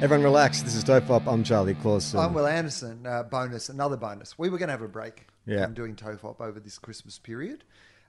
Everyone relax. This is Dope Up. I'm Charlie Clausen. I'm Will Anderson. Uh, bonus, another bonus. We were going to have a break. Yeah. I'm doing TOEFOP over this Christmas period.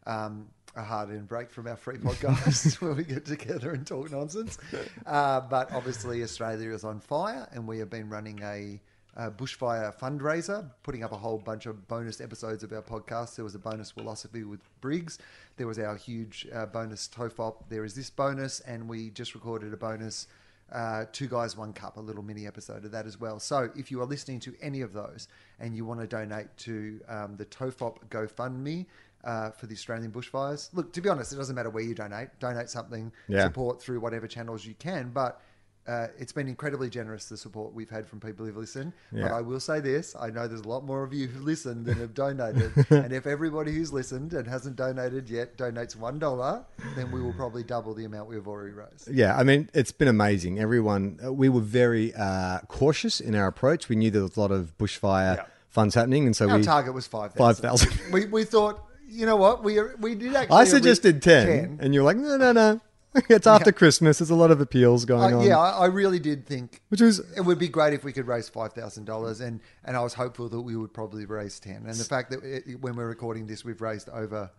Um, a hard in break from our free podcast where we get together and talk nonsense. Uh, but obviously, Australia is on fire, and we have been running a, uh bushfire fundraiser, putting up a whole bunch of bonus episodes of our podcast. There was a bonus philosophy with Briggs. There was our huge uh, bonus TOEFOP. There is this bonus, and we just recorded a bonus uh, Two Guys, One Cup, a little mini episode of that as well. So if you are listening to any of those and you want to donate to um, the TOFOP GoFundMe uh, for the Australian bushfires, look, to be honest, it doesn't matter where you donate. Donate something, Yeah. support through whatever channels you can. But uh, it's been incredibly generous, the support we've had from people who've listened. But Yeah. I will say this I know there's a lot more of you who've listened than have donated. and if everybody who's listened and hasn't donated yet donates $1, then we will probably double the amount we've already raised. yeah, I mean, it's been amazing. Everyone, uh, we were very uh, cautious in our approach. We knew there was a lot of bushfire funds happening, and so Our we target was five thousand. five thousand. We, we thought, you know what? We we did actually. I suggested ten, and you're like, no, no, no. It's after Christmas. There's a lot of appeals going Uh, on. yeah, I, I really did think which was it would be great if we could raise five thousand dollars, and and I was hopeful that we would probably raise ten. And the fact that it, it- when we're recording this, we've raised over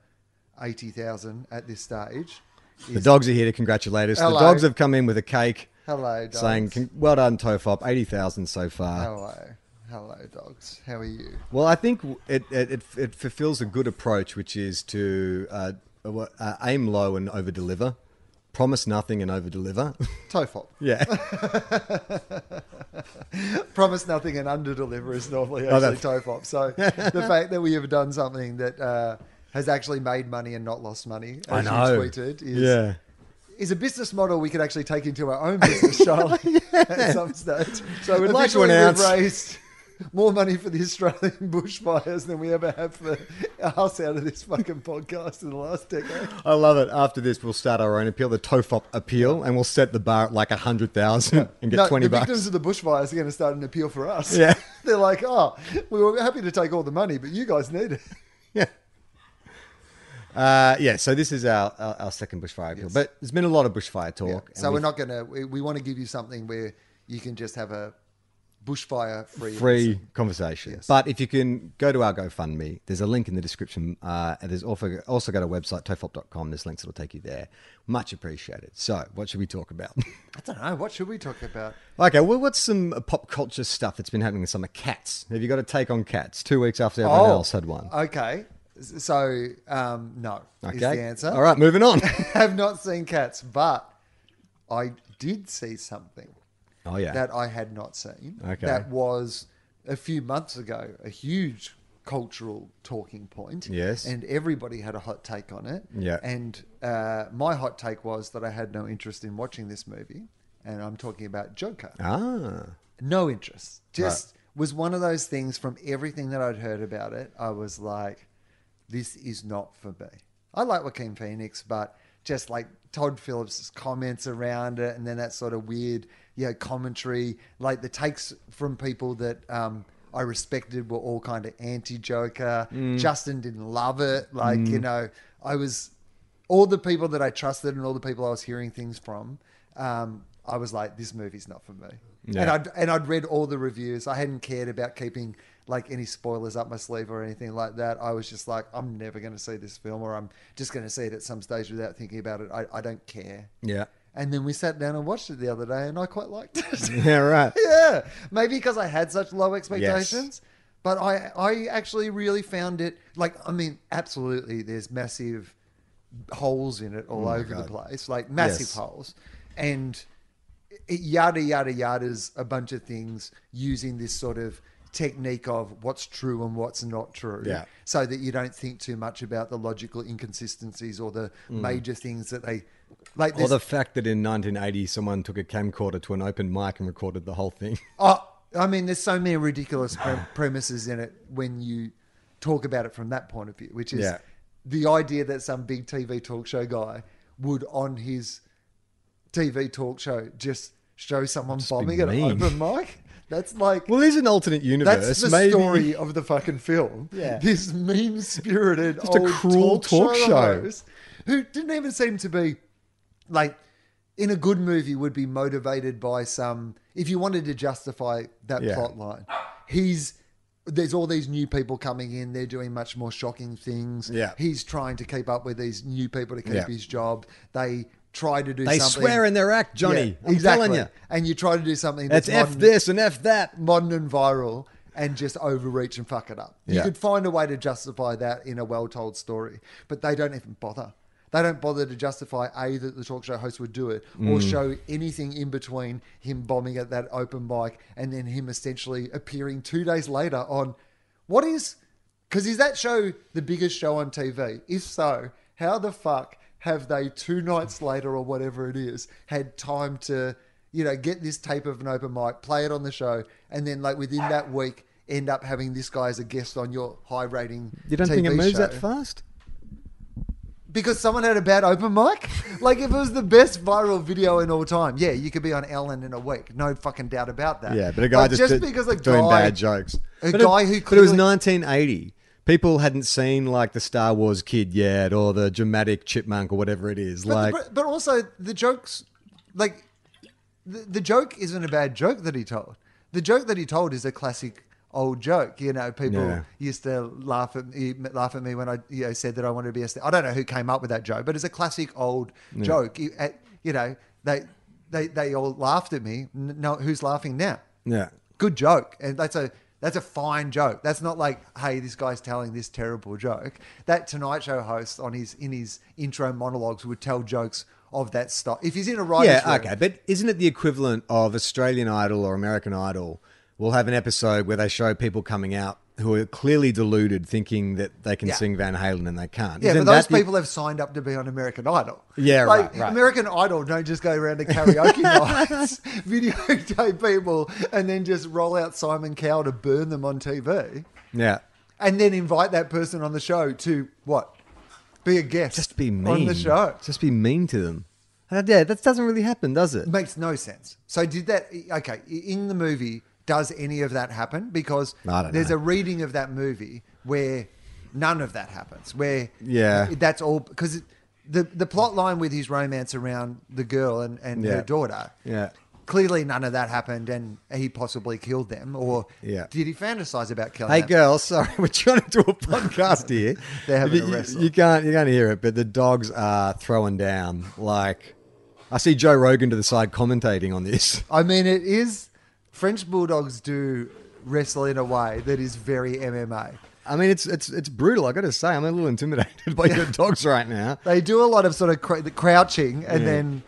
eighty thousand at this stage. the dogs are here to congratulate us. The Hello. dogs have come in with a cake, Hello, dogs. saying, "Con- "Well done, Tofop. Eighty thousand so far." hello, hello, dogs. How are you? Well, I think it it, it, it fulfills a good approach, which is to uh, uh, aim low and over deliver, promise nothing and over deliver. Tofop. yeah, promise nothing and under deliver is normally Oh, actually tofop. So the fact that we have done something that uh, has actually made money and not lost money, as you tweeted, is, yeah, is a business model we could actually take into our own business, Charlie, at some stage. So We'd like to officially, announce- we've raised more money for the Australian bushfires than we ever have for us out of this fucking podcast in the last decade. I love it. After this, we'll start our own appeal, the Tofop appeal, and we'll set the bar at like a hundred thousand and get no, twenty the bucks. victims of the bushfires are going to start an appeal for us. Yeah. They're like, oh, we were happy to take all the money, but you guys need it. yeah. Uh, yeah, so this is our, our, our second bushfire appeal, Yes. but there's been a lot of bushfire talk. and So we- we're not going to, we, we want to give you something where you can just have a bushfire free. free conversation. Yes. But if you can go to our GoFundMe, there's a link in the description. Uh, and there's also, also got a website, tofop.com. There's links that'll take you there. Much appreciated. So, what should we talk about? I don't know. What should we talk about? okay, well, what's some uh, pop culture stuff that's been happening this summer? Cats. Have you got a take on cats? Two weeks after Oh, everyone else had one. Okay. So, um, no Okay. uh, is the answer. All right, moving on. I have not seen cats, but I did see something oh, yeah. that I had not seen. Okay. That was a few months ago a huge cultural talking point. Yes. And everybody had a hot take on it. Yeah. And uh, my hot take was that I had no interest in watching this movie. And I'm talking about Joker. ah. No interest. Just was one of those things from everything that I'd heard about it. I was like, this is not for me. I like Joaquin Phoenix, but just like Todd Phillips' comments around it, and then that sort of weird, you know, commentary, like the takes from people that um, I respected were all kind of anti Joker. Justin didn't love it. Like, you know, I was all the people that I trusted and all the people I was hearing things from, um, I was like, this movie's not for me. And I'd and I'd read all the reviews. I hadn't cared about keeping like any spoilers up my sleeve or anything like that. I was just like, I'm never going to see this film, or I'm just going to see it at some stage without thinking about it. I, I don't care. Yeah. And then we sat down and watched it the other day, and I quite liked it. Yeah, right. yeah, maybe because I had such low expectations. But I, I actually really found it like I mean, absolutely. There's massive holes in it all over the place, like massive Oh Yes. holes, and it yada yada yada's a bunch of things using this sort of technique of what's true and what's not true Yeah. so that you don't think too much about the logical inconsistencies or the major things that they like Mm. Or there's- the fact that in 1980 someone took a camcorder to an open mic and recorded the whole thing. Oh, I mean, there's so many ridiculous pre- premises in it when you talk about it from that point of view, which is Yeah. the idea that some big TV talk show guy would on his TV talk show just show someone bombing at an mean. open mic. That's like. Well, there's an alternate universe. that's the Maybe story of the fucking film. Yeah. This mean spirited Just a old cruel talk, talk show show. host who didn't even seem to be like in a good movie would be motivated by some if you wanted to justify that Yeah. plot line he's there's all these new people coming in they're doing much more shocking things Yeah. he's trying to keep up with these new people to keep Yeah. his job they try to do They something swear in their act, Johnny. I'm telling you. and you try to do something that's, That's F modern- this and F that. modern and viral and just overreach and fuck it up. You Yeah. could find a way to justify that in a well told story, but they don't even bother. They don't bother to justify A, that the talk show host would do it, or show anything in between him bombing at that open mic and then him essentially appearing two days later on what is. Because is that show the biggest show on TV? If so, how the fuck have they two nights later or whatever it is had time to you know get this tape of an open mic play it on the show and then like within that week end up having this guy as a guest on your high rating You don't TV think it moves show? that fast? because someone had a bad open mic like if it was the best viral video in all time yeah you could be on ellen in a week no fucking doubt about that Yeah, but a guy just, did- because a doing guy bad jokes. a But guy who but it was clearly- 1980. People hadn't seen like the Star Wars kid yet, or the dramatic chipmunk, or whatever it is. But, like, the, but also the jokes, like the, the joke isn't a bad joke that he told. The joke that he told is a classic old joke. You know, people Yeah. used to laugh at me, laugh at me when I you know, said that I wanted to be a st- I don't know who came up with that joke, but it's a classic old joke. You, at, you know, they they they all laughed at me. N- No, who's laughing now? yeah, good joke and that's a that's a fine joke that's not like hey this guy's telling this terrible joke that tonight show host on his in his intro monologues would tell jokes of that stuff if he's in a writer's yeah, room, okay. But isn't it the equivalent of Australian Idol or American Idol? We'll have an episode where they show people coming out who are clearly deluded, thinking that they can Yeah. sing Van Halen and they can't. yeah, Isn't but those that the- people have signed up to be on American Idol. Yeah, like, right, right. American Idol don't just go around to karaoke nights, videotape people, and then just roll out Simon Cowell to burn them on TV, yeah, and then invite that person on the show to what? Be a guest. just be mean on the show. Just be mean to them. Uh, Yeah, that doesn't really happen, does it? makes no sense. So did that? Okay, in the movie, does any of that happen? Because I don't there's know. a reading of that movie where none of that happens. Where Yeah. that's all because the the plot line with his romance around the girl and and her Yeah. daughter. Yeah. Clearly, none of that happened, and he possibly killed them, or Yeah. did he fantasize about killing Hey them? girls, sorry, we're trying to do a podcast here. They're having But a you, wrestle. You can't, you can't hear it, but the dogs are throwing down. Like, I see Joe Rogan to the side commentating on this. I mean, it is French bulldogs do wrestle in a way that is very MMA. I mean, it's it's it's brutal. I got to say, I'm a little intimidated by your dogs right now. They do a lot of sort of cr- the crouching and Yeah. then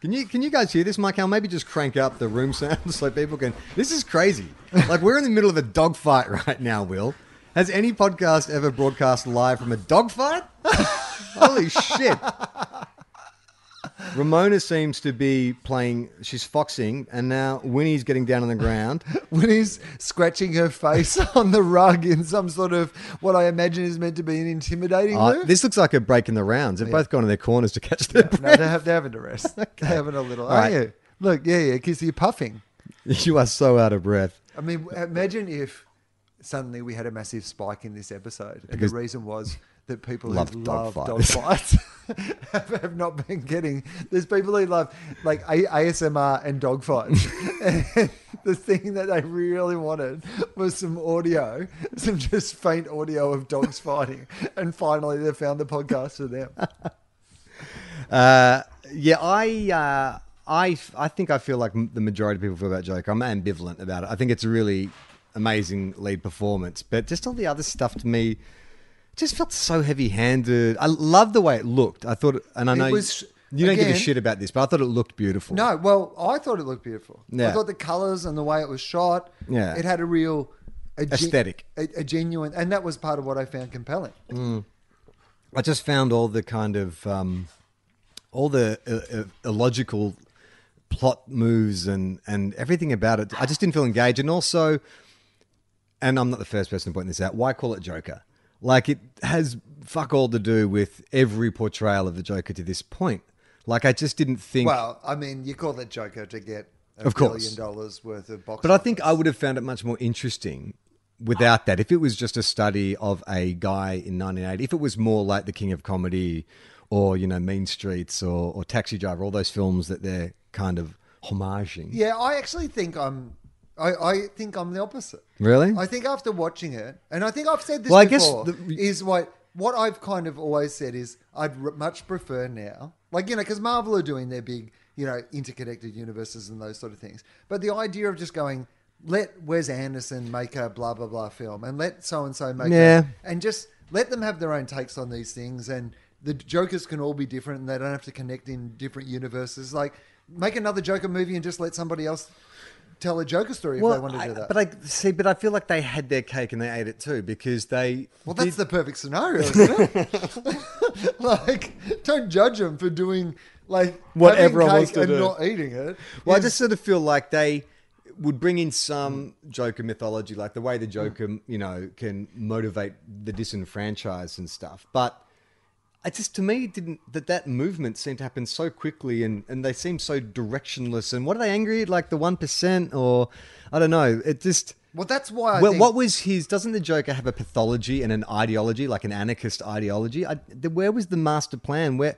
Can you can you guys hear this, Michael? Maybe just crank up the room sound so people can. This is crazy. Like we're in the middle of a dog fight right now. Will has any podcast ever broadcast live from a dog fight? Holy shit! Ramona seems to be playing. She's foxing, and now Winnie's getting down on the ground. when he's scratching her face on the rug in some sort of what I imagine is meant to be an intimidating Uh, move. this looks like a break in the rounds. They've both gone to their corners to catch their no, breath. they're, hav- they're having a rest. They're having a little. All aren't right. you? Look, yeah, yeah, because you're puffing. You are so out of breath. I mean, w- imagine if suddenly we had a massive spike in this episode, and Because- the reason was that people Love who love dog dog fights have, have not been getting. There's people who love like a- ASMR and dog fights. and the thing that they really wanted was some audio, some just faint audio of dogs fighting, and finally they found the podcast for them. Uh, Yeah, I, uh, I, f- I think I feel like m- the majority of people feel about Joker. I'm ambivalent about it. I think it's a really amazing lead performance, but just all the other stuff to me just felt so heavy-handed. I love the way it looked. I thought, and I It know was- you don't give a again- shit about this, but I thought it looked beautiful. No, well, I thought it looked beautiful. Yeah. I thought the colors and the way it was shot, Yeah. it had a real a gen- Aesthetic. Mm. a, a genuine, and that was part of what I found compelling. I just found all the kind of um, all the uh, uh, illogical plot moves and and everything about it. I just didn't feel engaged, and also, and I'm not the first person to point this out. Why call it Joker? Like it has fuck all to do with every portrayal of the Joker to this point. Like I just didn't think. Well, I mean, you call that Joker to get a Of course. billion dollars worth of box. But I think I would have found it much more interesting without that. If it was just a study of a guy in 1980, if it was more like The King of Comedy or, you know, Mean Streets or, or Taxi Driver, all those films that they're kind of homaging. Yeah, I actually think I'm. I, I think I'm the opposite. Really? I think after watching it, and I think I've said this Well, I guess before, the- is what what I've kind of always said is I'd r- much prefer now, like you know, because Marvel are doing their big, you know, interconnected universes and those sort of things. But the idea of just going, let Wes Anderson make a blah blah blah film, and let so and so make, Yeah. a, and just let them have their own takes on these things, and the Jokers can all be different, and they don't have to connect in different universes. Like, make another Joker movie and just let somebody else tell a Joker story if they want to I- do that. but I see, but I feel like they had their cake and they ate it too because they. Well, that's the perfect scenario, isn't it? like, don't judge them for doing like What having everyone cake wants to and do. not eating it. Well, I Is- just sort of feel like they would bring in some Joker mythology, like the way the Joker, Mm. you know, can motivate the disenfranchised and stuff. But I just, to me, it didn't that that movement seemed to happen so quickly, and and they seem so directionless. And what are they angry at? Like the one percent, or I don't know. It just. well, that's why. I Well, think, what was his? Doesn't the Joker have a pathology and an ideology, like an anarchist ideology? I, the, where was the master plan? Where,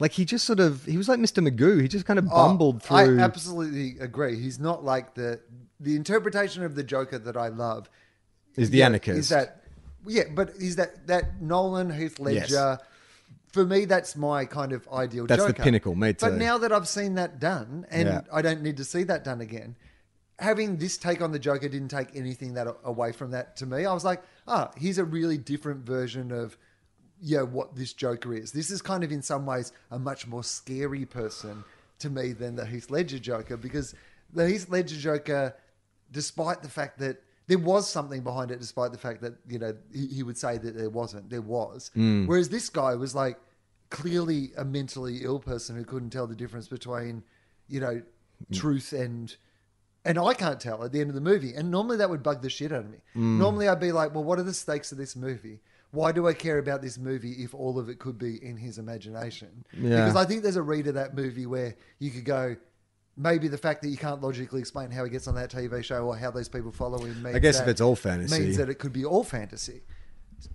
like, he just sort of he was like Mr. Magoo. He just kind of Oh, bumbled through. I absolutely agree. He's not like the the interpretation of the Joker that I love. Is the yeah, anarchist. Is that yeah? But is that that Nolan Heath Ledger? Yes. For me, that's my kind of ideal. That's the Joker. pinnacle, me too. But now that I've seen that done, and Yeah. I don't need to see that done again. Having this take on the Joker didn't take anything that away from that to me. I was like, ah, here's a really different version of yeah, what this Joker is. This is kind of in some ways a much more scary person to me than the Heath Ledger Joker because the Heath Ledger Joker, despite the fact that there was something behind it, despite the fact that you know he, he would say that there wasn't, there was. Whereas this guy was like clearly a mentally ill person who couldn't tell the difference between you know Mm. truth and and I can't tell at the end of the movie. And normally that would bug the shit out of me. Mm. Normally I'd be like, well, what are the stakes of this movie? Why do I care about this movie if all of it could be in his imagination? Yeah. Because I think there's a read of that movie where you could go, maybe the fact that you can't logically explain how he gets on that TV show or how those people follow him means I guess that, if it's all fantasy. means that it could be all fantasy.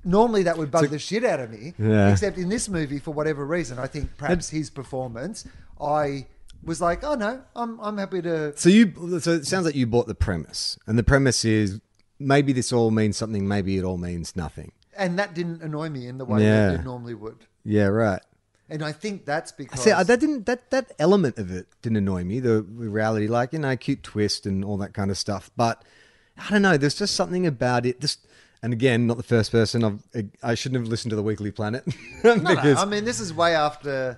Normally that would bug the shit out of me. Yeah. Except in this movie, for whatever reason, I think perhaps his performance, I was like, oh no, I'm, I'm happy to so you so it sounds like you bought the premise. And the premise is maybe this all means something, maybe it all means nothing. and that didn't annoy me in the way Yeah. that it normally would. Yeah, right. And I think that's because See, I- that didn't that that element of it didn't annoy me. The reality, like you know, cute twist and all that kind of stuff. But I don't know. There's just something about it. Just and again, not the first person. I've, I shouldn't have listened to the Weekly Planet no, no, because I mean, this is way after,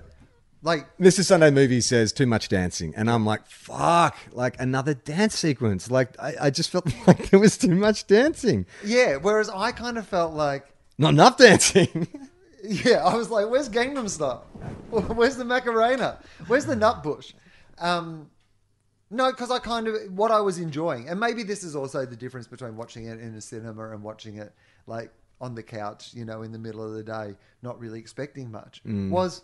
like, Mr. Sunday movie says too much dancing, and I'm like, fuck, like another dance sequence. Like I, I just felt like there was too much dancing, yeah. Whereas I kind of felt like, not enough dancing. yeah, I was like, where's Gangnam Style? Where's the Macarena? Where's the Nutbush? Um, no, because I kind of what I was enjoying, and maybe this is also the difference between watching it in a cinema and watching it like on the couch, you know, in the middle of the day, not really expecting much. Was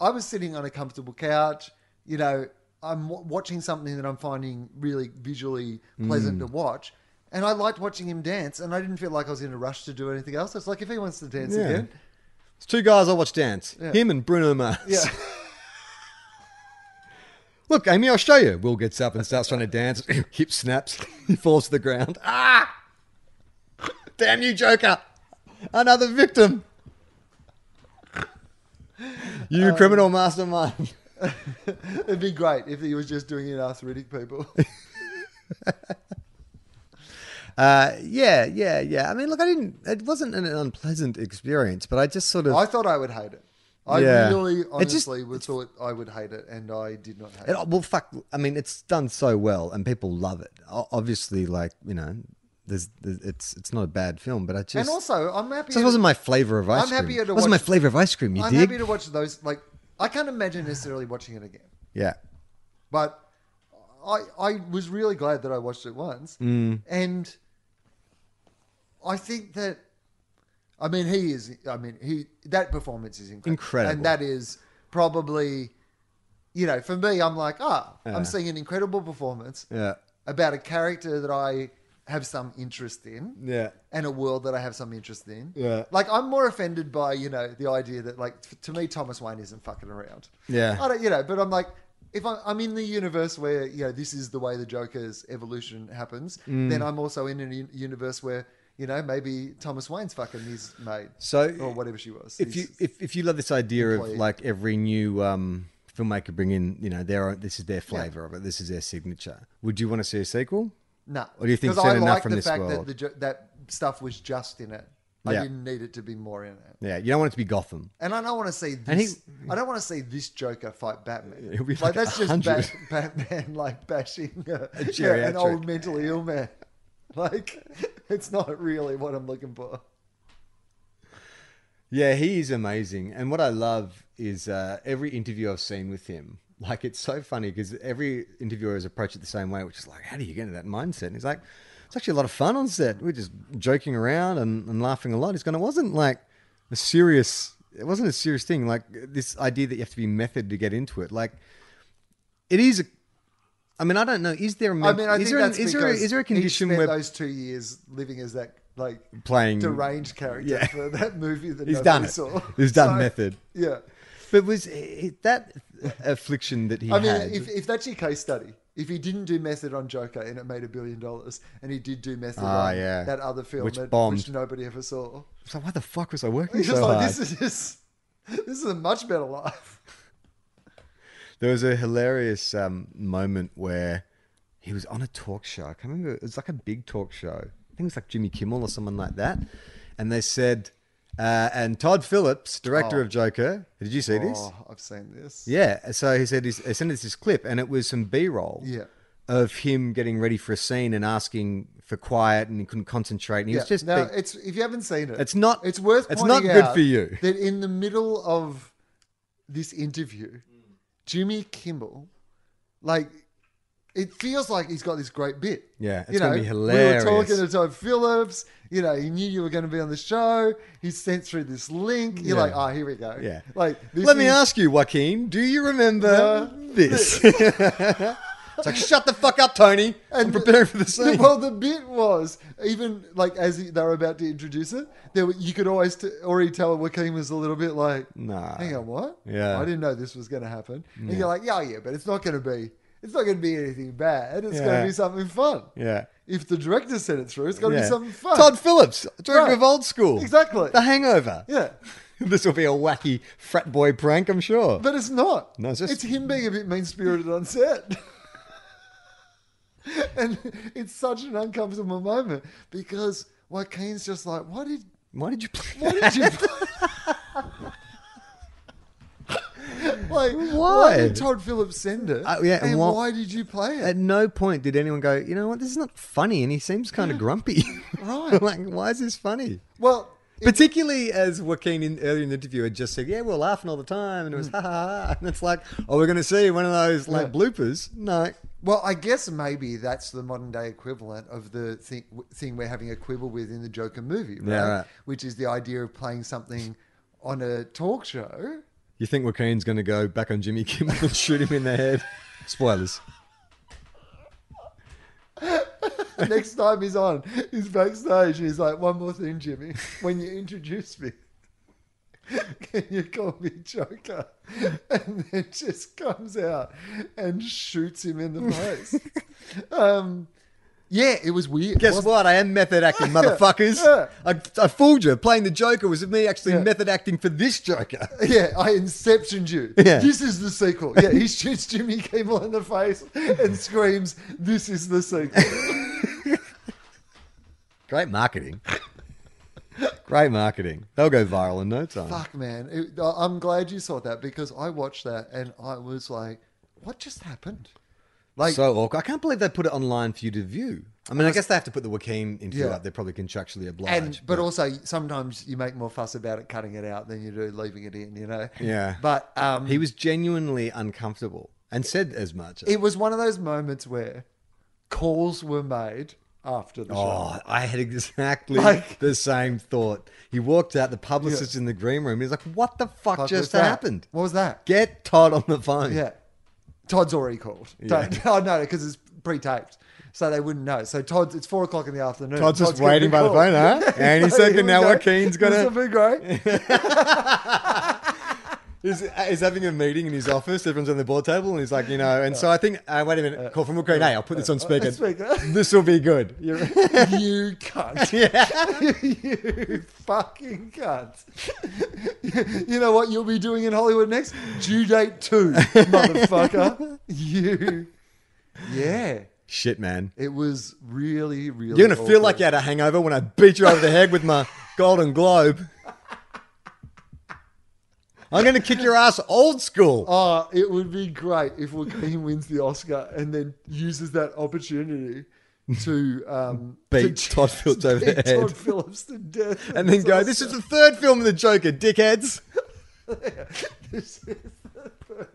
I was sitting on a comfortable couch, you know, I'm w- watching something that I'm finding really visually pleasant to watch. And I liked watching him dance, and I didn't feel like I was in a rush to do anything else. It's like if he wants to dance Yeah. again, It's two guys I watch dance, Yeah. him and Bruno Mars. yeah. Look, Amy, I'll show you. Will gets up and starts trying to dance. Hip snaps. He falls to the ground. Ah! Damn you, Joker! Another victim. Um, You criminal mastermind. It'd be great if he was just doing it arthritic people. Uh, yeah, yeah, yeah. I mean, look, I didn't. It wasn't an unpleasant experience, but I just sort of. I thought I would hate it. I Yeah. really It's just- honestly would thought I would hate it, and I did not hate it. It, well, fuck. I mean, it's done so well, and people love it. O- Obviously, like you know, there's, there's it's it's not a bad film, but I just And also, I'm happy. it just wasn't my flavor of ice I'm cream. happier to wasn't watch- my flavor of ice cream. You I'm dig? happy to watch those. Like, I can't imagine necessarily watching it again, yeah. but I I was really glad that I watched it once, Mm. and I think that. I mean, he is. I mean, he that performance is incredible, Incredible. and that is probably, you know, for me, I'm like, ah, I'm seeing an incredible performance Yeah. about a character that I have some interest in, Yeah. and a world that I have some interest in. Yeah. Like I'm more offended by, you know, the idea that like f- to me Thomas Wayne isn't fucking around. Yeah. I don't you know, but I'm like if I'm, I'm in the universe where, you know, this is the way the Joker's evolution happens, Mm. then I'm also in a u- universe where, you know, maybe Thomas Wayne's fucking his mate. So, or whatever she was. If you His- if, if you love this idea of employee. like every new um, filmmaker bring in, you know, their own, this is their flavor of it. This is their signature. Would you want to see a sequel? No. Or do you think 'Cause it's I had enough like from the this fact world? that the, jo- that stuff was just in it. I Yeah. didn't need it to be more in it. Yeah, you don't want it to be Gotham. And I don't want to see And he- this. I don't want to see this Joker fight Batman. It'll be like like that's just 100. bat, Batman like bashing uh, geriatric. an old mentally ill man. Like it's not really what I'm looking for. Yeah, he is amazing. And what I love is uh, every interview I've seen with him. Like, it's so funny because every interviewer has approached it the same way, which is like, how do you get into that mindset? And he's like, it's actually a lot of fun on set. We're just joking around and, and laughing a lot. He's going, it wasn't like a serious, it wasn't a serious thing. Like, this idea that you have to be method to get into it. Like, it is a, I mean, I don't know. Is there a, I mean, I is, think there an- that's is, there a, because is there a he condition spent where those two years living as that like playing deranged character Yeah. for that movie that He's nobody done it. saw. He's done So, method. Yeah. But was it, that affliction that he I mean, had? if, if that's your case study, if he didn't do method on Joker and it made a billion dollars, and he did do method Ah, on yeah. that other film Which that, bombed. which nobody ever saw, It's like, why the fuck was I working he's so just like, hard? this is just, this is a much better life. There was a hilarious um, moment where he was on a talk show. I can't remember. It was like a big talk show. I think it was like Jimmy Kimmel or someone like that. And they said, uh, and Todd Phillips, director of Joker, did you see this? Oh, I've seen this. Yeah. So he said, he's, he sent us this clip, and it was some B roll. Yeah. Of him getting ready for a scene and asking for quiet, and he couldn't concentrate. And he Yeah. was just now, being- it's if you haven't seen it, It's not- It's worth. it's not pointing good out for you. That in the middle of this interview, Jimmy Kimmel, like, it feels like he's got this great bit. Yeah, it's you know, gonna be We were hilarious. talking to Todd Phillips. You know, he knew you were going to be on the show. He sent through this link. You're Yeah. like, oh, here we go. Yeah. Like, this Let me is- ask you, Joaquin, do you remember this? it's like, shut the fuck up, Tony. I'm preparing for the The- scene. well, the bit was even like as he- they were about to introduce it, there were, you could always t- already tell Joaquin was a little bit like, Nah. hang on, what? Yeah. I didn't know this was going to happen." And you're like, "Yeah, yeah, but it's not going to be, it's not going to be anything bad. It's going Yeah. to be something fun." Yeah. If the director sent it through, it's going to Yeah. be something fun. Todd Phillips, director Right. of Old School. Exactly. The Hangover. yeah, this will be a wacky frat boy prank, I'm sure. but it's not. No, it's just- him being a bit mean spirited on set. and it's such an uncomfortable moment because Joaquin's just like, "Why did?" Why did you play Why did you? like why? did Todd Phillips send it? Uh, yeah, and and what- why did you play At it? no point did anyone go, you know what, this is not funny, and he seems kind of grumpy. Right. like, why is this funny? well, Particularly as Joaquin in, earlier in the interview had just said, "Yeah, we we're laughing all the time," and it was ha ha ha, and it's like, "Oh, we're going to see one of those like Mm. Yeah. bloopers." No, well, I guess maybe that's the modern day equivalent of the thing, thing we're having a quibble with in the Joker movie, right? Yeah, right. Which is the idea of playing something on a talk show. you think Joaquin's going to go back on Jimmy Kimmel and shoot him in the head? Spoilers. Next time he's on, he's backstage and he's like, "One more thing, Jimmy. When you introduce me, can you call me Joker?" And then just comes out and shoots him in the face. um, Yeah, it was weird. Guess wasn't what? I am method acting, motherfuckers. Yeah. I, I fooled you. Playing the Joker was me actually Yeah. method acting for this Joker. it? Yeah, I inceptioned you. Yeah. This is the sequel. Yeah, he shoots Jimmy Kimmel in the face and screams, This is the sequel. Great marketing. Great marketing. They'll go viral in no time. Fuck, man. It- I- I'm glad you saw that because I watched that and I was like, What just happened? Like, so awkward. I can't believe they put it online for you to view. I mean, I guess they have to put the Joaquin interview Yeah. up. They're probably contractually obliged. and but also sometimes you make more fuss about it cutting it out than you do leaving it in, you know? Yeah. But um, he was genuinely uncomfortable and said as much. it was one of those moments where calls were made after the show. Oh, I had exactly Like- the same thought. He walked out, the publicist in the green room. He's like, "What the fuck, Fuck was just that? happened? What was that? Get Todd on the phone." Yeah. Todd's already called. Yeah. Don't- Oh, no, because it's pre taped. So they wouldn't know. So Todd's, it's four o'clock in the afternoon. Todd's just gonna waiting be by the called. phone, huh? Any Like, second here we now, go. Joaquin's gonna- This will be great. He's, he's having a meeting in his office. Everyone's on the board table, and he's like, you know. And so I think, uh, wait a minute, call from Ukraine. uh, Hey, I'll put this on speaker. speaker. This will be good. You're- you cunt. you fucking cunt. you know what you'll be doing in Hollywood next? Due date two, motherfucker. you. Yeah. Shit, man. It was really, really. You're gonna feel awkward. like you had a hangover when I beat you over the head with my Golden Globe. I'm gonna kick your ass old school. Oh, it would be great if Joaquin wins the Oscar and then uses that opportunity to um, Beat to Todd Phillips over beat the head. Todd Phillips to death, and then go, this is the third film of the Joker, dickheads. this is the third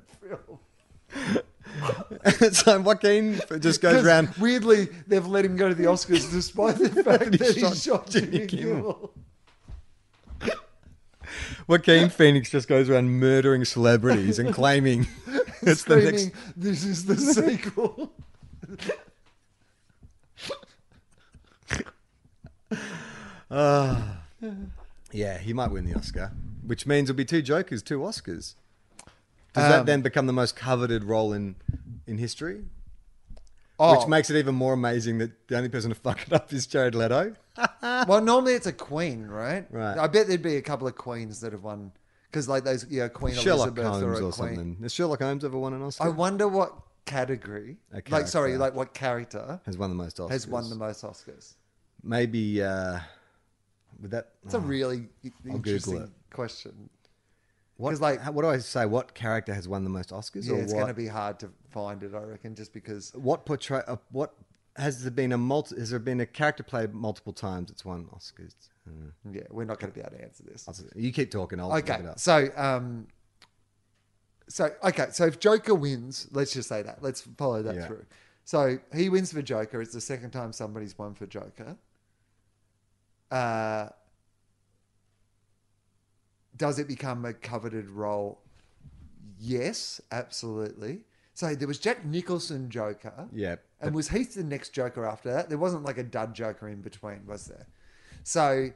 film. so Joaquin just goes 'Cause around. Weirdly, they've let him go to the Oscars despite the fact He that he shot shot, Jimmy Jimmy Kimmel. Kimmel. Joaquin Phoenix just goes around murdering celebrities and claiming it's the next. Screaming, this is the sequel. Yeah, he might win the Oscar, which means it'll be two Jokers, two Oscars. Does Um, that then become the most coveted role in in history? Oh. Which makes it even more amazing that the only person to fuck it up is Jared Leto. well, normally it's a queen, right? Right. I bet there'd be a couple of queens that have won because, like those, yeah, Queen Sherlock Elizabeth Holmes or a or queen. something. Has Sherlock Holmes ever won an Oscar? I wonder what category, A like sorry, character. like what character has won the most Oscars. has won the most Oscars? Maybe uh, would that? It's a really Ah. I'll interesting Google it. question. What, 'Cause, like- how- what do I say? What character has won the most Oscars? Yeah, or it's what, going to be hard to find it, I reckon, just because What portray? Uh, what has there been a multi? Has there been a character played multiple times? It's won Oscars. Uh, yeah, we're not going to be able to answer this. you keep talking. I'll look Okay, it up. so um, so okay, so if Joker wins, let's just say that. Let's follow that Yeah. through. So he wins for Joker. It's the second time somebody's won for Joker. Uh, does it become a coveted role? Yes, absolutely. So there was Jack Nicholson Joker. Yeah. And was he the next Joker after that? There wasn't like a dud Joker in between, was there? So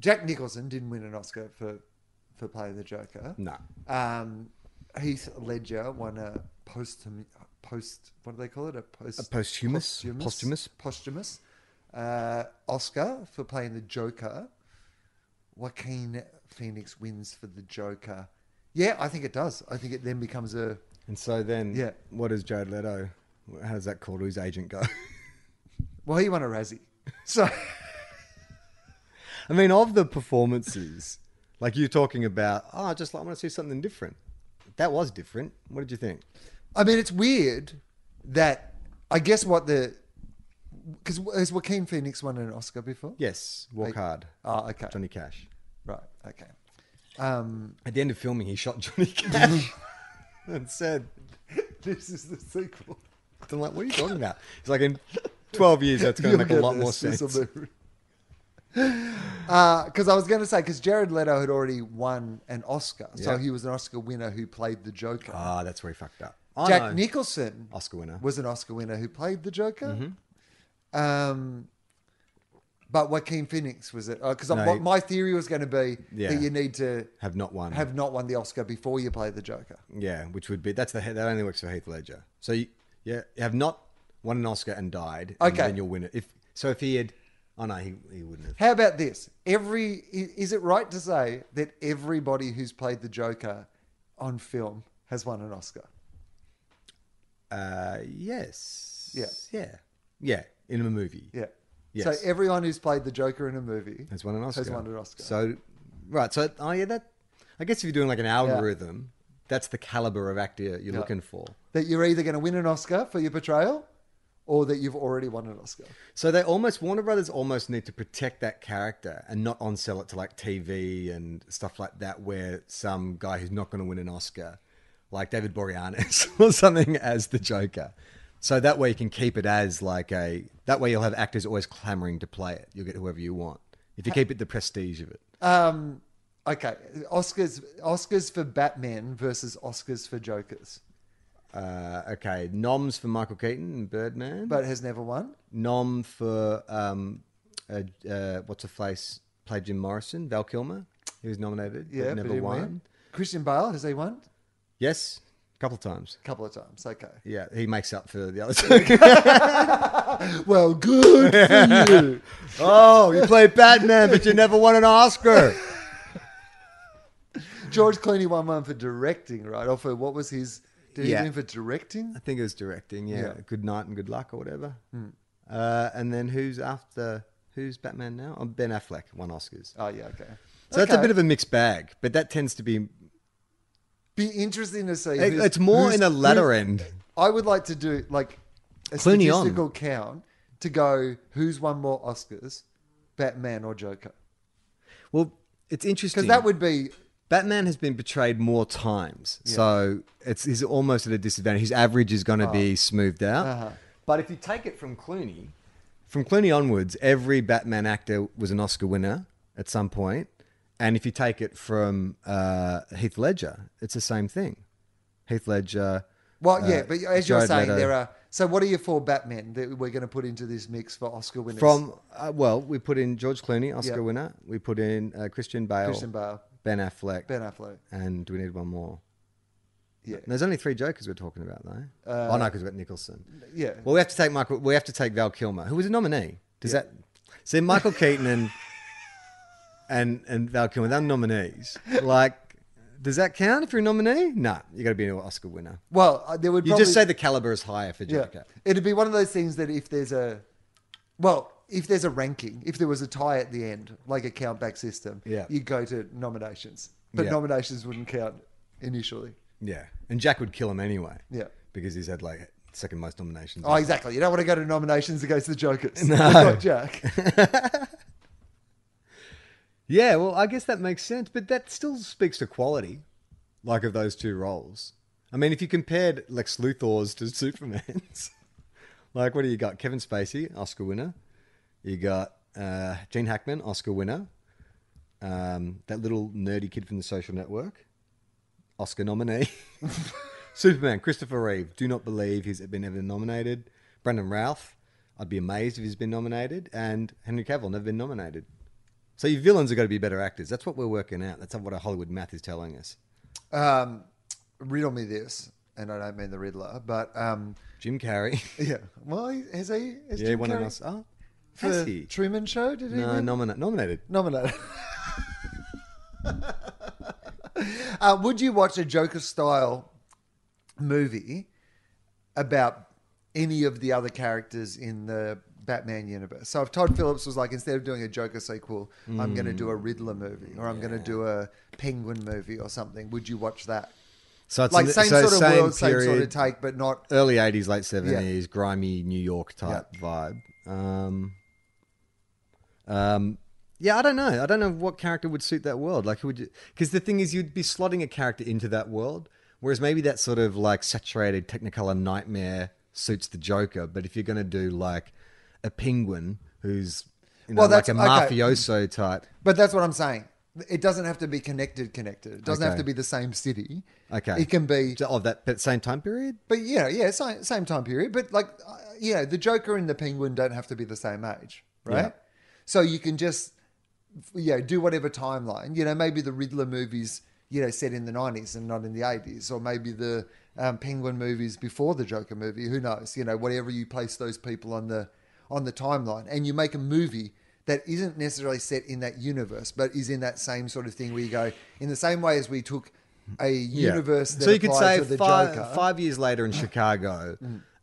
Jack Nicholson didn't win an Oscar for for playing the Joker. No. Um, Heath Ledger won a post post what do they call it? A post A posthumous- posthumous. posthumous posthumous uh, Oscar for playing the Joker. Joaquin Phoenix wins for the Joker. Yeah, I think it does. I think it then becomes a And so then, Yeah. What does Jared Leto? How does that call to his agent go? well, he won a Razzie. So I mean, of the performances, like you're talking about. Oh, I just like, I want to see something different. That was different. What did you think? I mean, it's weird that I guess what the because has Joaquin Phoenix won an Oscar before? Yes, Walk Like- Hard. Oh, okay. Johnny Cash. Right. Okay. Um, At the end of filming, he shot Johnny Cash and said, this is the sequel. I'm like, what are you talking about? He's like, in 12 years, that's going to You'll make a get lot this. more This'll sense. be- Uh, because I was going to say, because Jared Leto had already won an Oscar, so Yeah. he was an Oscar winner who played the Joker. Ah, that's where he fucked up. I Jack know. Nicholson Oscar winner. Mm-hmm. was an Oscar winner who played the Joker. Um, but Joaquin Phoenix was it? Because No, he- my theory was going to be Yeah. that you need to Have not won. have not won the Oscar before you play the Joker. yeah, which would be, that's the, that only works for Heath Ledger. So, you, yeah, you have not won an Oscar and died. and Okay. then you'll win it. If so, if he had, oh no, he, he wouldn't have. How about this? Every i- is it right to say that everybody who's played the Joker on film has won an Oscar? Uh, yes. Yeah. Yeah. Yeah. In a movie. Yeah. Yes. So everyone who's played the Joker in a movie Has won an Oscar. Has won an Oscar. So, right. So, oh yeah, that. I guess if you're doing like an algorithm, that's the caliber of actor you're looking for. that you're either going to win an Oscar for your portrayal, or that you've already won an Oscar. So they almost Warner Brothers almost need to protect that character and not on sell it to like TV and stuff like that, where some guy who's not going to win an Oscar, like David Boreanaz or something, as the Joker. So that way you can keep it as like a that way you'll have actors always clamoring to play it. You'll get whoever you want if you keep it the prestige of it. Um, okay, Oscars, Oscars for Batman versus Oscars for Jokers, Uh, okay, noms for Michael Keaton and Birdman, but has never won. nom for um, uh, uh, what's a face played Jim Morrison, Val Kilmer. He was nominated, Yeah, but never didn't won. win. Christian Bale has he won? Yes, a couple of times. A couple of times. Okay. Yeah, he makes up for the other two. Well, good for you. oh, you played Batman, but you never won an Oscar. George Clooney won one for directing, right? Or for what was his? Did Yeah. he win for directing? I think it was directing. Yeah, Yeah. good night and good luck or whatever. Uh, and then who's after? Who's Batman now? Oh, ben Affleck won Oscars. Oh yeah, okay. So that's a Okay. bit of a mixed bag, but that tends to be. Be interesting to see. it- who's- it's more who's- in the latter who's- end. I would like to do like a Clooney on. statistical count to go who's won more Oscars, Batman or Joker? Well, it's interesting Because that would be Batman has been betrayed more times, so it's he's almost at a disadvantage. His average is going to be smoothed out. Uh-huh. But if you take it from Clooney, from Clooney onwards, every Batman actor was an Oscar winner at some point. And if you take it from uh, Heath Ledger, it's the same thing. Heath Ledger. well, yeah. uh, But as you're Jared saying, Leto. there are. So what are your four Batman that we're going to put into this mix for Oscar winners? from uh, well, we put in George Clooney, Oscar Yeah. winner. We put in uh, Christian Bale, Christian Bale, Ben Affleck, Ben Affleck. and do we need one more? Yeah, Uh, There's only three Jokers we're talking about, though. oh no, because we've got Nicholson. yeah. Well, we have to take Michael. We have to take Val Kilmer, who was a nominee. Does that? See, Michael Keaton and and and Val Kilmer, they're nominees. Like, does that count if you're a nominee? No, you got to be an Oscar winner. Well, uh, there would You probably, just say the caliber is higher for yeah. Joker. It'd be one of those things that if there's a, well, if there's a ranking, if there was a tie at the end, like a count back system, Yeah. you go to nominations, but Yeah. nominations wouldn't count initially. Yeah, and Jack would kill him anyway. Yeah. because he's had like second most nominations. Oh, exactly. You don't want to go to nominations against the Jokers. No. Not Jack. Yeah, well, I guess that makes sense, but that still speaks to quality, like of those two roles. I mean, if you compared Lex Luthor's to Superman's, like what do you got? Kevin Spacey, Oscar winner. You got uh, Gene Hackman, Oscar winner. Um, that little nerdy kid from the Social Network, Oscar nominee. Superman, Christopher Reeve. Do not believe he's been ever nominated. Brendan Routh. I'd be amazed if he's been nominated. And Henry Cavill, never been nominated. So your villains are going to be better actors. That's what we're working out. That's what our Hollywood math is telling us. Um, riddle me this, and I don't mean the Riddler, but um, Jim Carrey. yeah. Well, he- has he? Has yeah, Jim one of Carrey us. Oh, for has he? Truman Show? Did he? No, win? nomina- nominated. Nominated. uh, would you watch a Joker style movie about any of the other characters in the Batman universe? So if Todd Phillips was like, instead of doing a Joker sequel, I'm going to do a Mm. Riddler movie, or I'm going to do a Penguin movie, or something. Would you watch that? So it's Like in- same so sort of same world, same sort of period, take, but not. Early eighties, late seventies, grimy New York type Yeah. vibe. Um, um, yeah, I don't know. I don't know what character would suit that world. Like, who would because the thing is, you'd be slotting a character into that world, whereas maybe that sort of like saturated Technicolor nightmare suits the Joker. But if you're going to do like a penguin who's you know, Well, like a that's- okay. mafioso type, But that's what I'm saying. It doesn't have to be connected. Connected. It doesn't have Okay. to be the same city. okay, It can be So, of that but same time period. But you know, yeah, same, same time period. But like, uh, you know, the Joker and the Penguin don't have to be the same age, right? Yeah. So you can just, you know, do whatever timeline. You know, maybe the Riddler movies. you know set in the 90s and not in the 80s or maybe the um, penguin movies before the joker movie who knows you know whatever you place those people on the on the timeline and you make a movie that isn't necessarily set in that universe but is in that same sort of thing where you go in the same way as we took a universe that So you could applied say to the five, joker Mm. five years later in Chicago,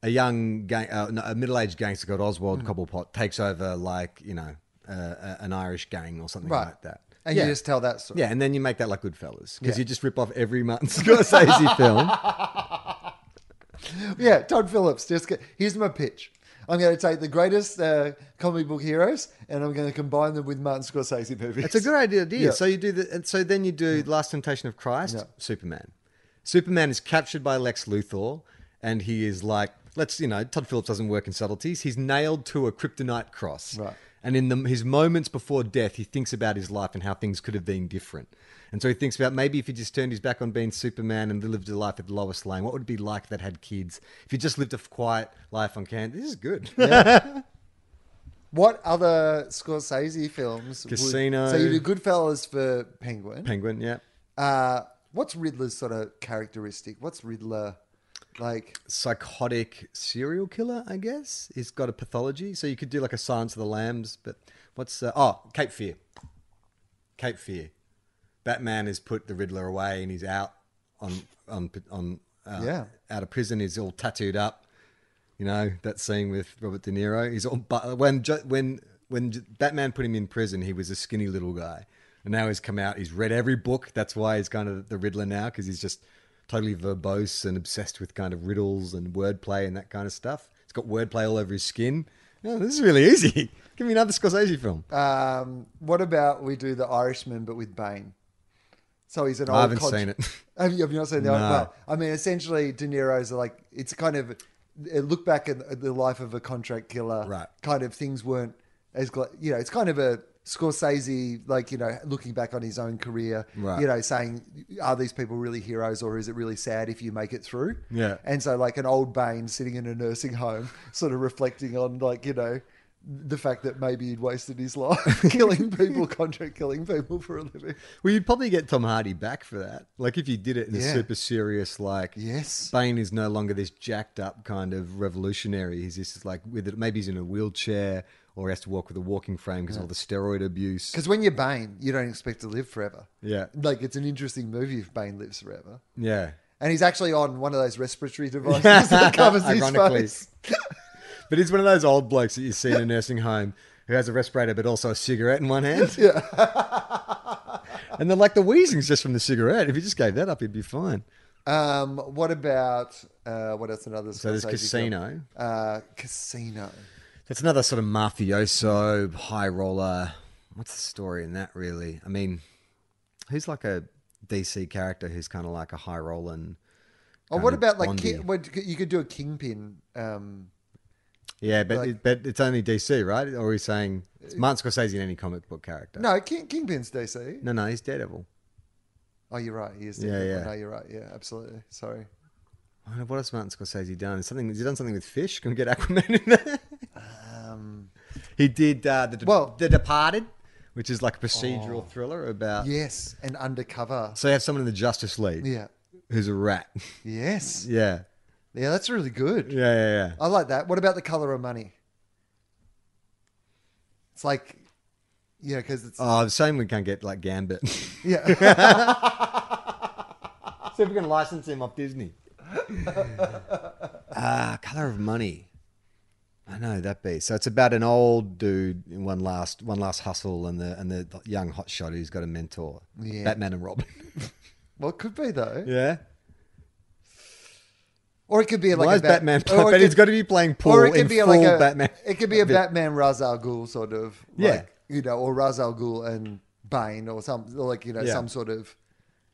a young, gang, uh, no, a middle-aged gangster called Mm. Oswald Cobblepot takes over, like you know, uh, a- an Irish gang or something Right. like that. and yeah. you just tell that story yeah, and then you make that like Goodfellas because Yeah. you just rip off every Martin Scorsese film. Yeah, Todd Phillips. Just get, here's my pitch. I'm going to take the greatest uh, comic book heroes and I'm going to combine them with Martin Scorsese movies. It's a good idea. idea. Yeah. So you do the, and so then you do Last Temptation of Christ, Yeah. Superman. Superman is captured by Lex Luthor, and he is like, let's you know, Todd Phillips doesn't work in subtleties. He's nailed to a kryptonite cross, Right. And in the, his moments before death, he thinks about his life and how things could have been different. And so he thinks about maybe if he just turned his back on being Superman and lived a life with Lois Lane, what would it be like if that had kids? If he just lived a quiet life on campus, this is good. What other Scorsese films? would- Casino. so you do Goodfellas for Penguin. Penguin, yeah. uh, what's Riddler's sort of characteristic? What's Riddler like? psychotic serial killer, I guess. He's got a pathology, so you could do like a Silence of the Lambs. But what's uh, oh Cape Fear? Cape Fear. Batman has put the Riddler away, and he's out on on on uh, Yeah. out of prison. He's all tattooed up. You know that scene with Robert De Niro. He's all but when Jo- when when J- Batman put him in prison, he was a skinny little guy, and now he's come out. He's read every book. That's why he's kind of the Riddler now because he's just totally verbose and obsessed with kind of riddles and wordplay and that kind of stuff. He's got wordplay all over his skin. Yeah, this is really easy. Give me another Scorsese film. Um, what about we do The Irishman but with Bane? So he's an I old. haven't seen it. Have you, have you not seen the No. old? Well, I mean, essentially, De Niro's like it's kind of a look back at at the life of a contract killer. Right. Kind of things weren't as gla- you know. It's kind of a Scorsese like you know looking back on his own career. Right. You know, saying are these people really heroes or is it really sad if you make it through? Yeah. And so like an old Bane sitting in a nursing home, sort of reflecting on like you know. The fact that maybe he'd wasted his life killing people, contract killing people for a living. Well, you'd probably get Tom Hardy back for that. Like if you did it in a Yeah. super serious, like Yes. Bane is no longer this jacked up kind of revolutionary. He's just like with it. Maybe he's in a wheelchair or he has to walk with a walking frame because all the steroid abuse. Because when you're Bane, you don't expect to live forever. Yeah, Like it's an interesting movie if Bane lives forever. yeah. And he's actually on one of those respiratory devices that covers his Ironically. face. But he's one of those old blokes that you see in a nursing home who has a respirator but also a cigarette in one hand. Yeah. and then like the wheezing's just from the cigarette. If you just gave that up, he'd be fine. Um, what about uh, what else? Another So there's Scorsese Casino. film? Uh, casino. That's another sort of mafioso, high roller. What's the story in that, really? I mean, who's like a DC character who's kind of like a high roller? And Or Kind Oh, what of about like Bondy. ki- what, you could do a kingpin? Um, yeah, but Like- it, but it's only DC, right? Or are we saying it's Martin Scorsese in any comic book character? no, King, Kingpin's DC. no, no, he's Daredevil. Oh, you're right. He is. Yeah, Yeah, yeah. No, you're right. Yeah, absolutely. Sorry. I wonder, What has Martin Scorsese done? Something has he done something with fish? Can we get Aquaman in there? Um, He did uh, the De- Well- The Departed, which is like a procedural thriller about. yes, and undercover. So you have someone in the Justice League Yeah. who's a rat. Yes. yeah, Yeah, that's really good. yeah, yeah, yeah. I like that. What about the color of money? It's like, yeah, because it's Oh, the same we can't get like Gambit. See yeah. if we can license him off Disney. Ah, Color of Money. I know that be. So it's about an old dude in one last one last hustle and the and the young hotshot who's got a mentor. Yeah. Batman and Robin. well, it could be though, yeah. or it could be like Why a is Bat- Batman? or it But he's could- got to be playing pool or it in could be full like a Batman. It could be a outfit. Batman Ra's al Ghul sort of, Yeah. like, you know, or Ra's al Ghul and Bane, or some or like you know Yeah. some sort of,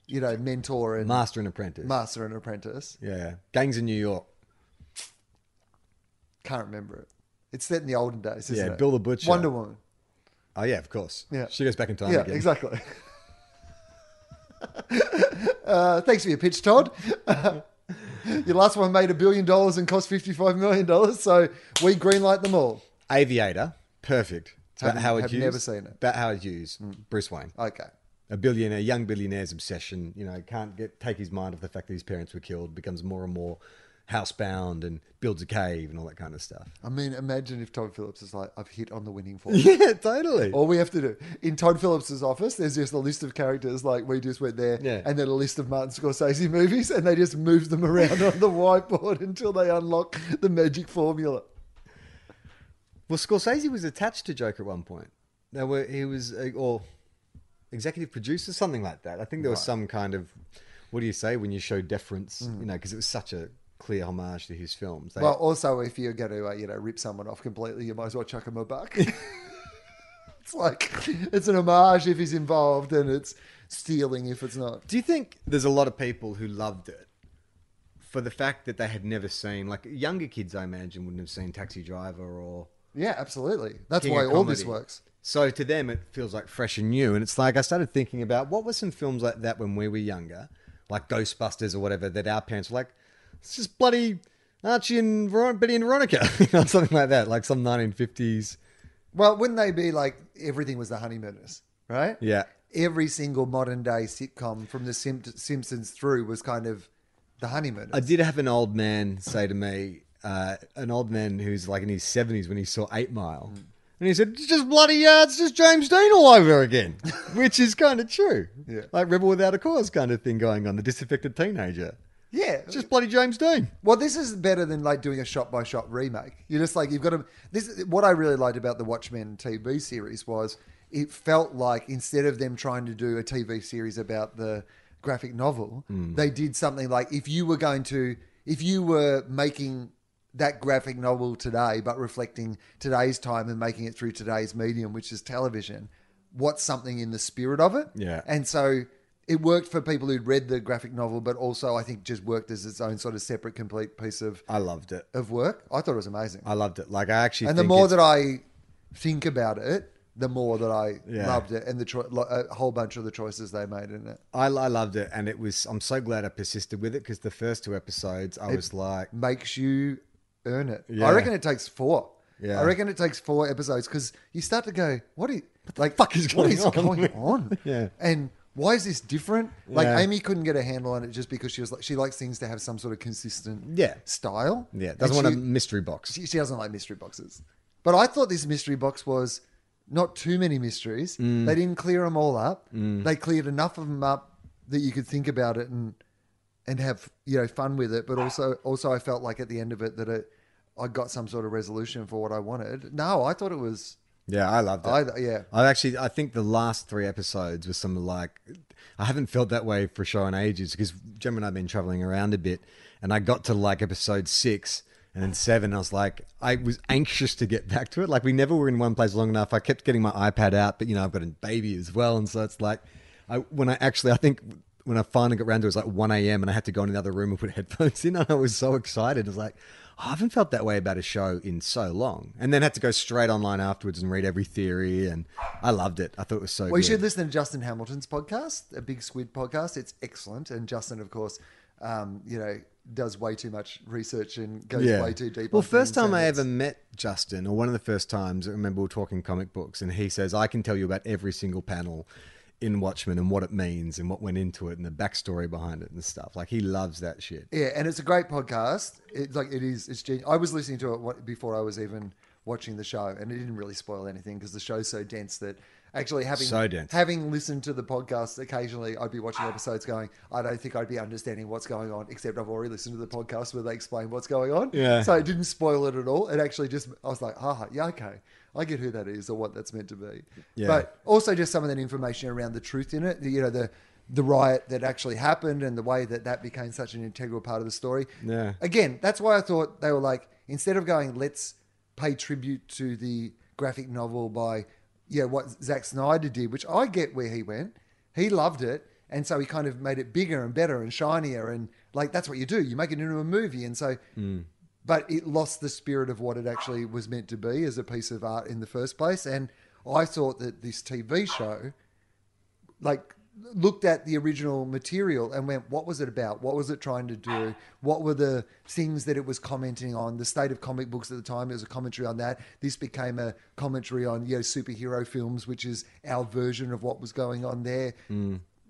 you know, mentor and Master and Apprentice. master and apprentice. yeah, gangs in New York. Can't remember it. It's set in the olden days, isn't Yeah, it? Bill the Butcher. Wonder Woman. Oh yeah, of course. Yeah. she goes back in time. Yeah, again. exactly. uh, thanks for your pitch, Todd. your last one made a billion dollars and cost fifty-five million dollars, so we greenlight them all. Aviator, perfect. It's about Haven't- Howard have Hughes. never seen it. Mm. About Howard Hughes, Bruce Wayne. Okay, a billionaire, young billionaire's obsession, you know, can't get take his mind off the fact that his parents were killed, becomes more and more housebound and builds a cave and all that kind of stuff. I mean, imagine if Todd Phillips is like, I've hit on the winning form. Yeah, totally. All we have to do in Todd Phillips's office, there's just a list of characters like we just went there, Yeah. and then a list of Martin Scorsese movies, and they just move them around on the whiteboard until they unlock the magic formula. Well, Scorsese was attached to Joker at one point. There were he was uh, or executive producer, something like that. I think there was some kind of what do you say when you show deference? You know, because it was such a clear homage to his films. They- Well, also if you're going to uh, you know rip someone off completely, you might as well chuck him a buck. it's like it's an homage if he's involved, and it's stealing if it's not. do you think there's a lot of people who loved it for the fact that they had never seen, like younger kids, I imagine, wouldn't have seen Taxi Driver or Yeah, absolutely. That's King why of all this comedy. works. So to them, it feels like fresh and new. And it's like I started thinking about what were some films like that when we were younger, like Ghostbusters or whatever, that our parents were like, it's just bloody Archie and Veron- Betty and Veronica, you know, something like that, like some 1950s. Well, wouldn't they be like everything was the honeymooners, right? Yeah. Every single modern day sitcom from the Sim- Simpsons through was kind of the honeymooners. I did have an old man say to me, uh, an old man who's like in his 70s when he saw Eight Mile. Hmm. And he said, it's just bloody, uh, it's just James Dean all over again, which is kind of true. Yeah. Like Rebel Without a Cause kind of thing going on, the disaffected teenager. yeah, It's just bloody James Dean. Well, this is better than like doing a shot by shot remake. You're just like you've got to. This is- what I really liked about the Watchmen TV series was it felt like instead of them trying to do a TV series about the graphic novel, they did something like if you were going to if you were making that graphic novel today, but reflecting today's time and making it through today's medium, which is television. What's something in the spirit of it? Yeah. And so it worked for people who'd read the graphic novel, but also I think just worked as its own sort of separate, complete piece of, I loved it. of work. I thought it was amazing. I loved it. Like I actually, and the think more it's- that I think about it, the more that I Yeah. loved it and the cho- lo- a whole bunch of the choices they made in it. I, I loved it, and it was, I'm so glad I persisted with it because the first two episodes, I was like, Makes you earn it. Yeah. I reckon it takes four. Yeah. I reckon it takes four episodes because you start to go, what is like fuck is what going is on? going on? Yeah. And why is this different? Like Yeah. Amy couldn't get a handle on it just because she was like she likes things to have some sort of consistent Yeah. style. yeah, And doesn't want she- a mystery box. she, she doesn't like mystery boxes. But I thought this mystery box was not too many mysteries. Mm. They didn't clear them all up. They cleared enough of them up that you could think about it and and have you know fun with it. But also also I felt like at the end of it that it I got some sort of resolution for what I wanted. No, I thought it was Yeah, I loved it. I yeah. I actually, I think the last three episodes were some like, I haven't felt that way for a show in ages because Gemma and I've been traveling around a bit, and I got to like episode six and then seven. I was like, I was anxious to get back to it. Like we never were in one place long enough. I kept getting my iPad out, but you know I've got a baby as well, and so it's like, I when I actually, I think when I finally got round to it, it was like one a.m. and I had to go in another room and put headphones in. And I was so excited. It was like. "Oh, I haven't felt that way about a show in so long. And then had to go straight online afterwards and read every theory. And I loved it. I thought it was so Well, you good. should listen to Justin Hamilton's podcast, a Big Squid podcast. It's excellent, and Justin, of course, um, you know, does way too much research and goes way too deep. Well, on first things, time and I it's- ever met Justin, or one of the first times, I remember we were talking comic books, and he says, I can tell you about every single panel in Watchmen and what it means and what went into it and the backstory behind it and stuff. Like, he loves that shit. Yeah, and it's a great podcast. It's like it is. It's genius. I was listening to it wa- before I was even watching the show, and it didn't really spoil anything because the show's so dense that actually having So dense. having listened to the podcast occasionally, I'd be watching episodes going, I don't think I'd be understanding what's going on, except I've already listened to the podcast where they explain what's going on. Yeah. So it didn't spoil it at all. It actually just I was like, ah, yeah, okay. I get who that is or what that's meant to be. Yeah. But also just some of that information around the truth in it. You know, the the riot that actually happened and the way that that became such an integral part of the story. Yeah. Again, that's why I thought they were like instead of going, let's pay tribute to the graphic novel by yeah what Zack Snyder did, which I get where he went. He loved it, and so he kind of made it bigger and better and shinier and like that's what you do. You make it into a movie, and so. But it lost the spirit of what it actually was meant to be as a piece of art in the first place. And I thought that this TV show like looked at the original material and went, what was it about? What was it trying to do? What were the things that it was commenting on? The state of comic books at the time, it was a commentary on that. This became a commentary on, you know, superhero films, which is our version of what was going on there.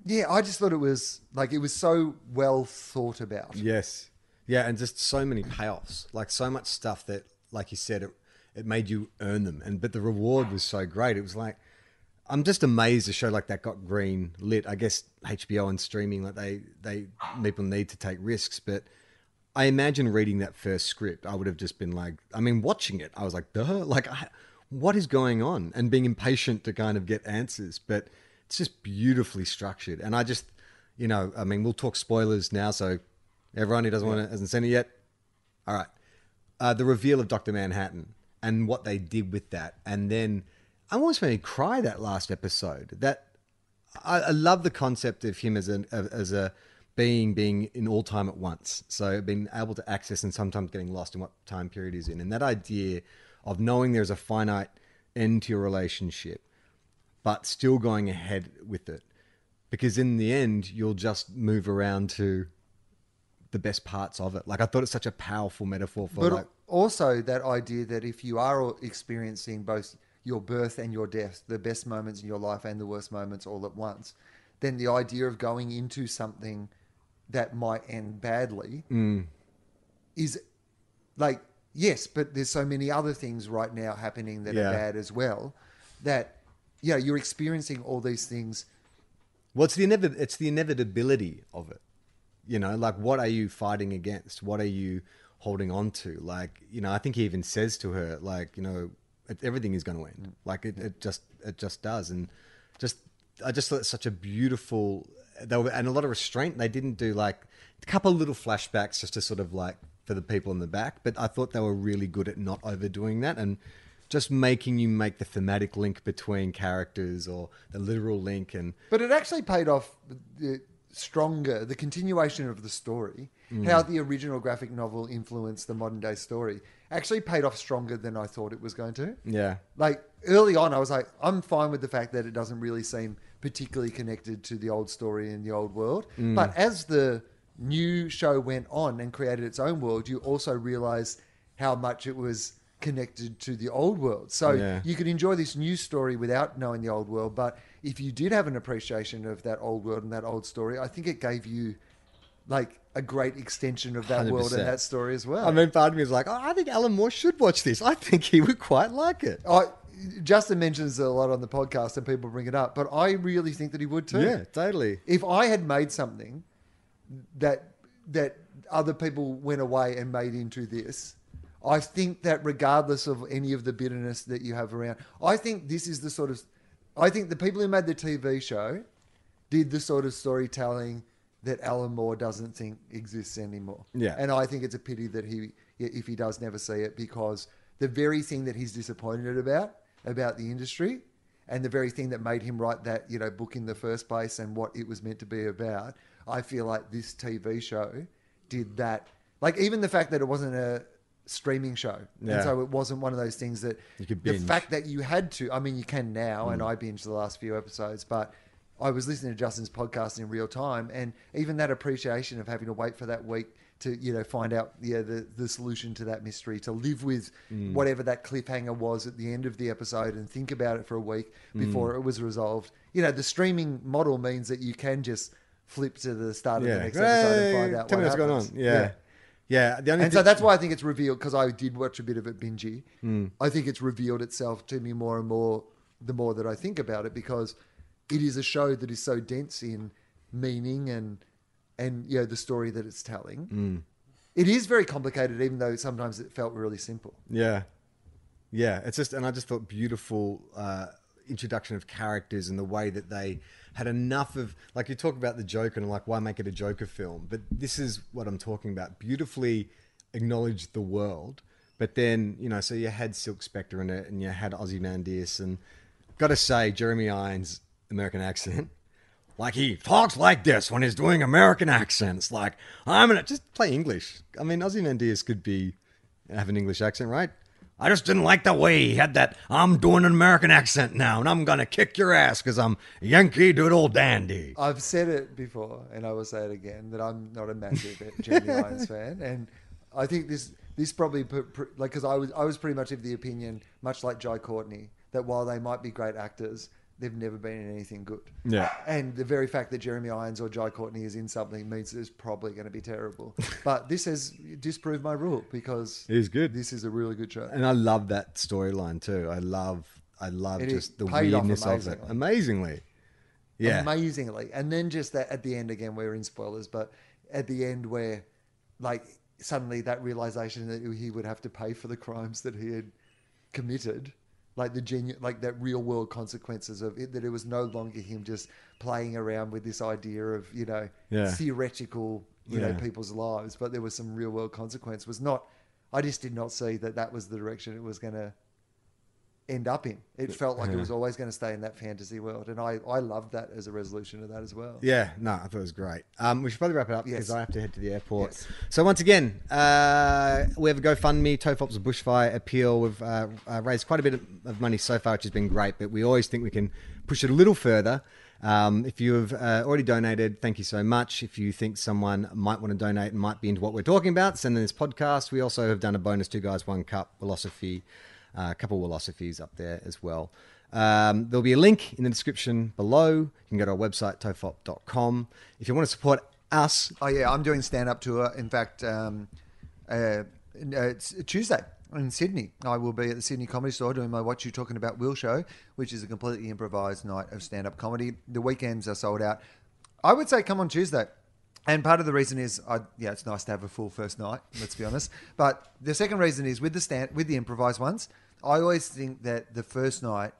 Yeah, I just thought it was like it was so well thought about. Yes. Yeah, and just so many payoffs. Like so much stuff that, like you said, it, it made you earn them. And but the reward was so great. It was like I'm just amazed a show like that got green lit. I guess HBO and streaming, like they they people need to take risks, but I imagine reading that first script, I would have just been like, I mean, watching it, I was like, duh, like, I, what is going on? And being impatient to kind of get answers. But it's just beautifully structured. And I just, you know, I mean, we'll talk spoilers now. So everyone who doesn't want to, hasn't seen it yet, all right. Uh, the reveal of Dr. Manhattan and what they did with that. And then I almost made me cry that last episode. That I, I love the concept of him as an of- as a being being in all time at once. So being able to access and sometimes getting lost in what time period he's in, and that idea of knowing there's a finite end to your relationship, but still going ahead with it, because in the end you'll just move around to the best parts of it. Like I thought it's such a powerful metaphor for But like also that idea that if you are experiencing both your birth and your death, the best moments in your life and the worst moments all at once, then the idea of going into something that might end badly Mm. is like yes, but there's so many other things right now happening that Yeah. are bad as well that yeah, you're experiencing all these things Well, it's the inevit- it's the inevitability of it. You know, like what are you fighting against? What are you holding on to? Like, you know, I think he even says to her, like, you know, it, everything is going to end. Like it, it just it just does, and just I just thought it's such a beautiful. They were and a lot of restraint. They didn't do like a couple of little flashbacks just to sort of like for the people in the back, but I thought they were really good at not overdoing that and just making you make the thematic link between characters or the literal link and But it actually paid off the stronger, the continuation of the story, how the original graphic novel influenced the modern day story, actually paid off stronger than I thought it was going to. Yeah. Like early on, I was like, I'm fine with the fact that it doesn't really seem particularly connected to the old story in the old world. Mm. But as the new show went on and created its own world, you also realize how much it was connected to the old world. So Yeah. you could enjoy this new story without knowing the old world. But if you did have an appreciation of that old world and that old story, I think it gave you like a great extension of that world 100%. and that story as well. I mean, part of me is like, oh, I think Alan Moore should watch this. I think he would quite like it. I, Justin mentions it a lot on the podcast and people bring it up, but I really think that he would too. Yeah, totally. If I had made something that that other people went away and made into this, I think that regardless of any of the bitterness that you have around, I think this is the sort of I think the people who made the TV show did the sort of storytelling that Alan Moore doesn't think exists anymore. Yeah. And I think it's a pity that he, if he does never see it, because the very thing that he's disappointed about, about the industry, and the very thing that made him write that, you know, book in the first place and what it was meant to be about, I feel like this TV show did that. Like, even the fact that it wasn't a streaming show. Yeah. And so it wasn't one of those things that You could the binge. Mm. fact that you had to. I mean, you can now, and I binged the last few episodes, but I was listening to Justin's podcast in real time, and even that appreciation of having to wait for that week to you know find out yeah the the solution to that mystery, to live with Mm. whatever that cliffhanger was at the end of the episode, and think about it for a week Mm. before it was resolved. You know, the streaming model means that you can just flip to the start of Yeah. the next episode and find Hey, out tell what me what's going on. happens. Yeah. Yeah. the only And so that's why I think it's revealed because I did watch a bit of it bingy. I think it's revealed itself to me more and more the more that I think about it because it is a show that is so dense in meaning and and you know the story that it's telling. It is very complicated, even though sometimes it felt really simple. Yeah. Yeah. It's just, and I just thought beautiful uh, introduction of characters and the way that they had enough of, like, you talk about the Joker and, like, why make it a Joker film? But this is what I'm talking about. Beautifully acknowledge the world. But then, you know, so you had Silk Spectre in it and you had Ozymandias and got to say, Jeremy Irons' American accent. Like he talks like this when he's doing American accents. Like I'm gonna just play English. I mean, Ozymandias could be have an English accent, right? I just didn't like the way he had that I'm doing an American accent now and I'm going to kick your ass because I'm Yankee Doodle Dandy. I've said it before, and I will say it again that I'm not a massive Jamie Lyons fan, and I think this this probably put, pr- like because I was I was pretty much of the opinion, much like Jai Courtney, that while they might be great actors, they've never been in anything good. Yeah. and the very fact that Jeremy Irons or Jai Courtney is in something means it's probably going to be terrible. but this has disproved my rule because It is good. This is a really good show. And I love that storyline too. I love, I love It is just the paid off weirdness of it. amazingly. Amazingly. Yeah. amazingly. And then just that at the end again, we're in spoilers, but at the end where like suddenly that realization that he would have to pay for the crimes that he had committed, like the genu- like that real world consequences of it, that it was no longer him just playing around with this idea of you know Yeah. theoretical you know Yeah. people's lives, but there was some real world consequence. Was not. I just did not see that that was the direction it was going to end up in. It felt like it was always going to stay in that fantasy world, and I I loved that as a resolution of that as well. Yeah, no, I thought it was great. Um, we should probably wrap it up because Yes. I have to head to the airport. Yes. So once again, uh, we have a GoFundMe, Tofop's bushfire appeal. We've uh, uh, raised quite a bit of- of money so far, which has been great. But we always think we can push it a little further. Um, if you have uh, already donated, thank you so much. If you think someone might want to donate and might be into what we're talking about, send them this podcast. We also have done a bonus two guys, one cup philosophy, uh, a couple of philosophies up there as well. Um, there'll be a link in the description below. You can go to our website, tofop.com. If you want to support us, Oh yeah, I'm doing stand up tour. In fact, um, uh, no, it's Tuesday in Sydney. I will be at the Sydney Comedy Store doing my "What You Talking About Will" show, which is a completely improvised night of stand up comedy. The weekends are sold out. I would say come on Tuesday. And part of the reason is, I, yeah, it's nice to have a full first night. Let's be honest. But the second reason is with the stand with the improvised ones. I always think that the first night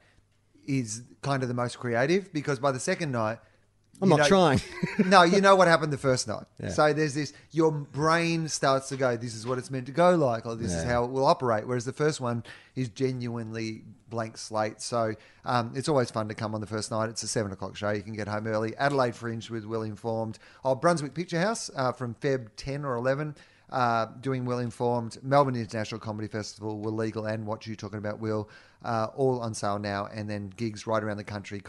is kind of the most creative because by the second night, I'm you not trying. no, you know what happened the first night. So there's this, your brain starts to go, this is what it's meant to go like, or this is Yeah. how it will operate. Whereas the first one is genuinely blank slate. So um, it's always fun to come on the first night. It's a seven o'clock show. You can get home early. Adelaide Fringe with Well Informed. Oh, Brunswick Picture House uh, from Feb 10 or 11. Uh, doing well informed Melbourne International Comedy Festival, Will Legal and What You Talking About Will, uh, all on sale now, and then gigs right around the country,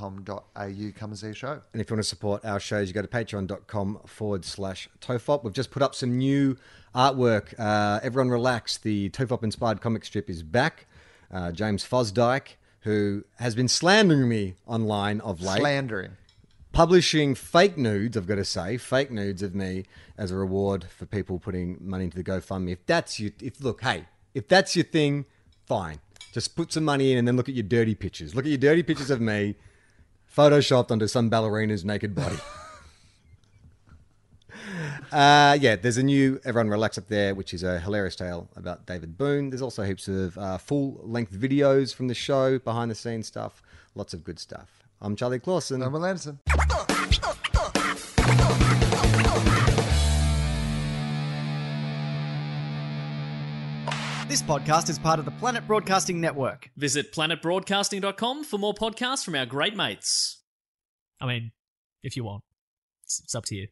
comedy.com.au. Come and see a show. and if you want to support our shows, you go to patreon.com forward slash tofop. We've just put up some new artwork. Uh, Everyone Relax, the tofop inspired comic strip is back. Uh, James Fosdyke, who has been slandering me online of late. Slandering. publishing fake nudes, I've got to say, fake nudes of me as a reward for people putting money into the GoFundMe. If that's you, if look, hey, if that's your thing, fine. Just put some money in and then look at your dirty pictures. Look at your dirty pictures of me photoshopped onto some ballerina's naked body. Uh, yeah, there's a new Everyone Relax up there, which is a hilarious tale about David Boone. There's also heaps of uh, full length videos from the show, behind the scenes stuff, lots of good stuff. I'm Charlie Clausen. I'm Will Anderson. This podcast is part of the Planet Broadcasting Network. Visit planetbroadcasting.com for more podcasts from our great mates. I mean, if you want, it's, it's up to you.